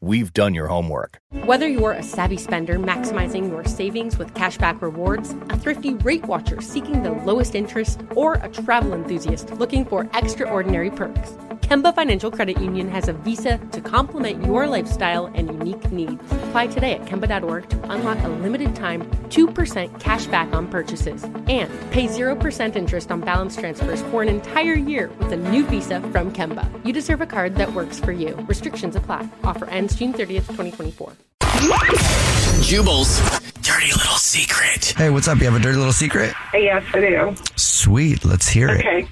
We've done your homework. Whether you're a savvy spender maximizing your savings with cashback rewards, a thrifty rate watcher seeking the lowest interest, or a travel enthusiast looking for extraordinary perks, Kemba Financial Credit Union has a visa to complement your lifestyle and unique needs. Apply today at Kemba.org to unlock a limited time 2% cash back on purchases and pay 0% interest on balance transfers for an entire year with a new visa from Kemba. You deserve a card that works for you. Restrictions apply. Offer ends June 30th, 2024. Jubal's dirty little secret. Hey, what's up? You have a dirty little secret? Yes, I do. Sweet. Let's hear it. Okay.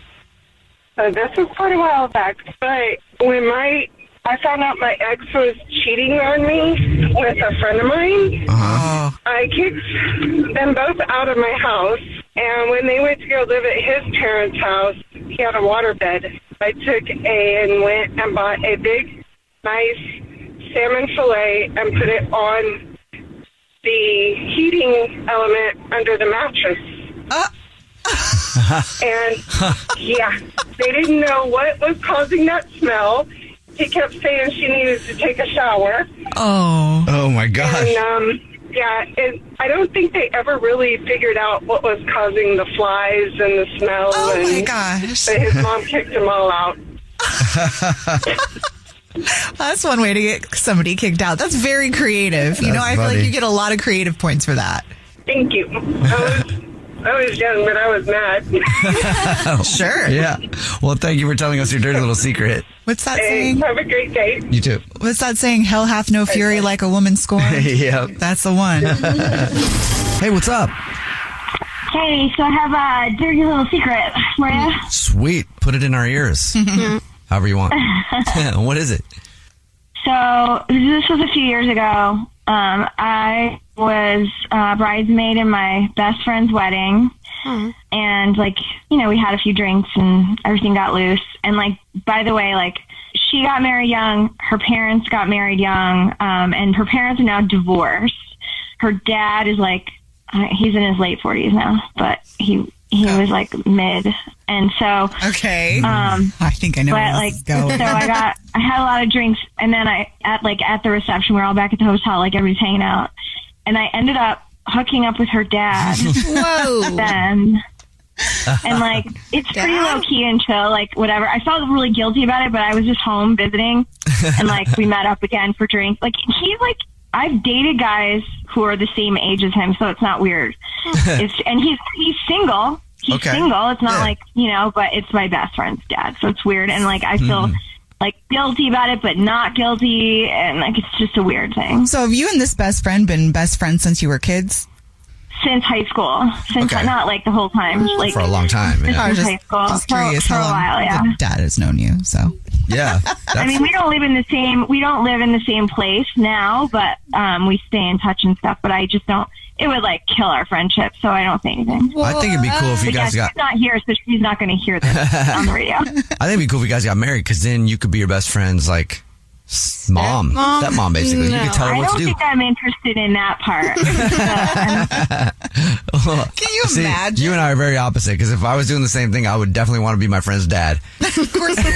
So this was quite a while back, but when my I found out my ex was cheating on me with a friend of mine, Oh, I kicked them both out of my house. And when they went to go live at his parents' house, he had a waterbed. I took a and went and bought a big, nice salmon fillet and put it on the heating element under the mattress. And yeah, they didn't know what was causing that smell. He kept saying she needed to take a shower. oh my And gosh. um, yeah, and I don't think they ever really figured out what was causing the flies and the smell. Oh and my gosh. But his mom kicked them all out. That's one way to get somebody kicked out. That's very creative. you know, That's I feel funny. like you get a lot of creative points for that. Thank you. I was, I was young, but I was mad. Sure. Yeah. Well, thank you for telling us your dirty little secret. What's that Hey, saying? have a great day. You too. What's that saying? Hell hath no fury like a woman scorned. yep. That's the one. Hey, what's up? Hey, so I have a dirty little secret, Maria. Sweet. Put it in our ears. However you want. what is it? So this was a few years ago. Um, I was uh, bridesmaid in my best friend's wedding, and like you know, we had a few drinks and everything got loose. And like, by the way, like she got married young, her parents got married young, um, and her parents are now divorced. Her dad is like uh, he's in his late forties now, but he he was like mid, and so okay. um. I think I know where But this like, is so going. I got, I had a lot of drinks, and then I at like at the reception, we we're all back at the hotel, like everybody's hanging out, and I ended up hooking up with her dad Whoa. then. And like, it's pretty Dad? low key and chill, like whatever. I felt really guilty about it, but I was just home visiting, and like we met up again for drinks. Like he's like, I've dated guys who are the same age as him, so it's not weird. it's and he's he's single. He's Okay. single. It's not Yeah. like you know, but it's my best friend's dad, so it's weird. And like I feel Mm-hmm. like guilty about it, but not guilty, and like it's just a weird thing. so have you and this best friend been best friends since you were kids? Since high school, since Okay. not like the whole time, like For a long time. Since Yeah. I was high school just for, curious for how a long while. Yeah. the dad has known you. So Yeah. I That's- mean, we don't live in the same we don't live in the same place now, but um, we stay in touch and stuff. But I just don't. It would like kill our friendship, so I don't say anything. I think it'd be cool if you But yeah, guys she's got. not here, so she's not going to hear this on the radio. I think it'd be cool if you guys got married because then you could be your best friend's like s- mom, Stepmom? that mom basically. You No. could tell her I what don't to do. think I'm interested in that part. can you See, imagine? you and I are very opposite because if I was doing the same thing, I would definitely want to be my friend's dad. of course you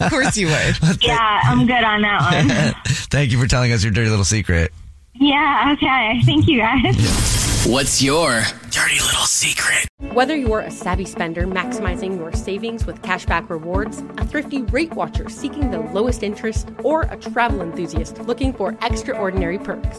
of course you would. yeah, I'm good on that one. Thank you for telling us your dirty little secret. Yeah, okay. Thank you guys. What's your dirty little secret? Whether you're a savvy spender maximizing your savings with cashback rewards, a thrifty rate watcher seeking the lowest interest, or a travel enthusiast looking for extraordinary perks,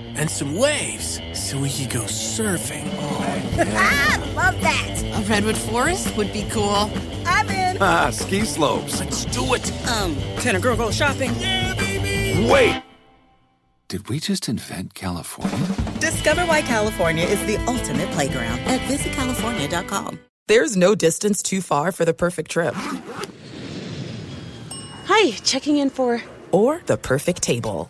and some waves so we could go surfing. ah, love that. A redwood forest would be cool. I'm in. Ah, ski slopes. Let's do it. Um, can a girl go shopping? Yeah, baby. Wait! Did we just invent California? Discover why California is the ultimate playground at visitcalifornia.com. There's no distance too far for the perfect trip. Hi, checking in for. Or the perfect table.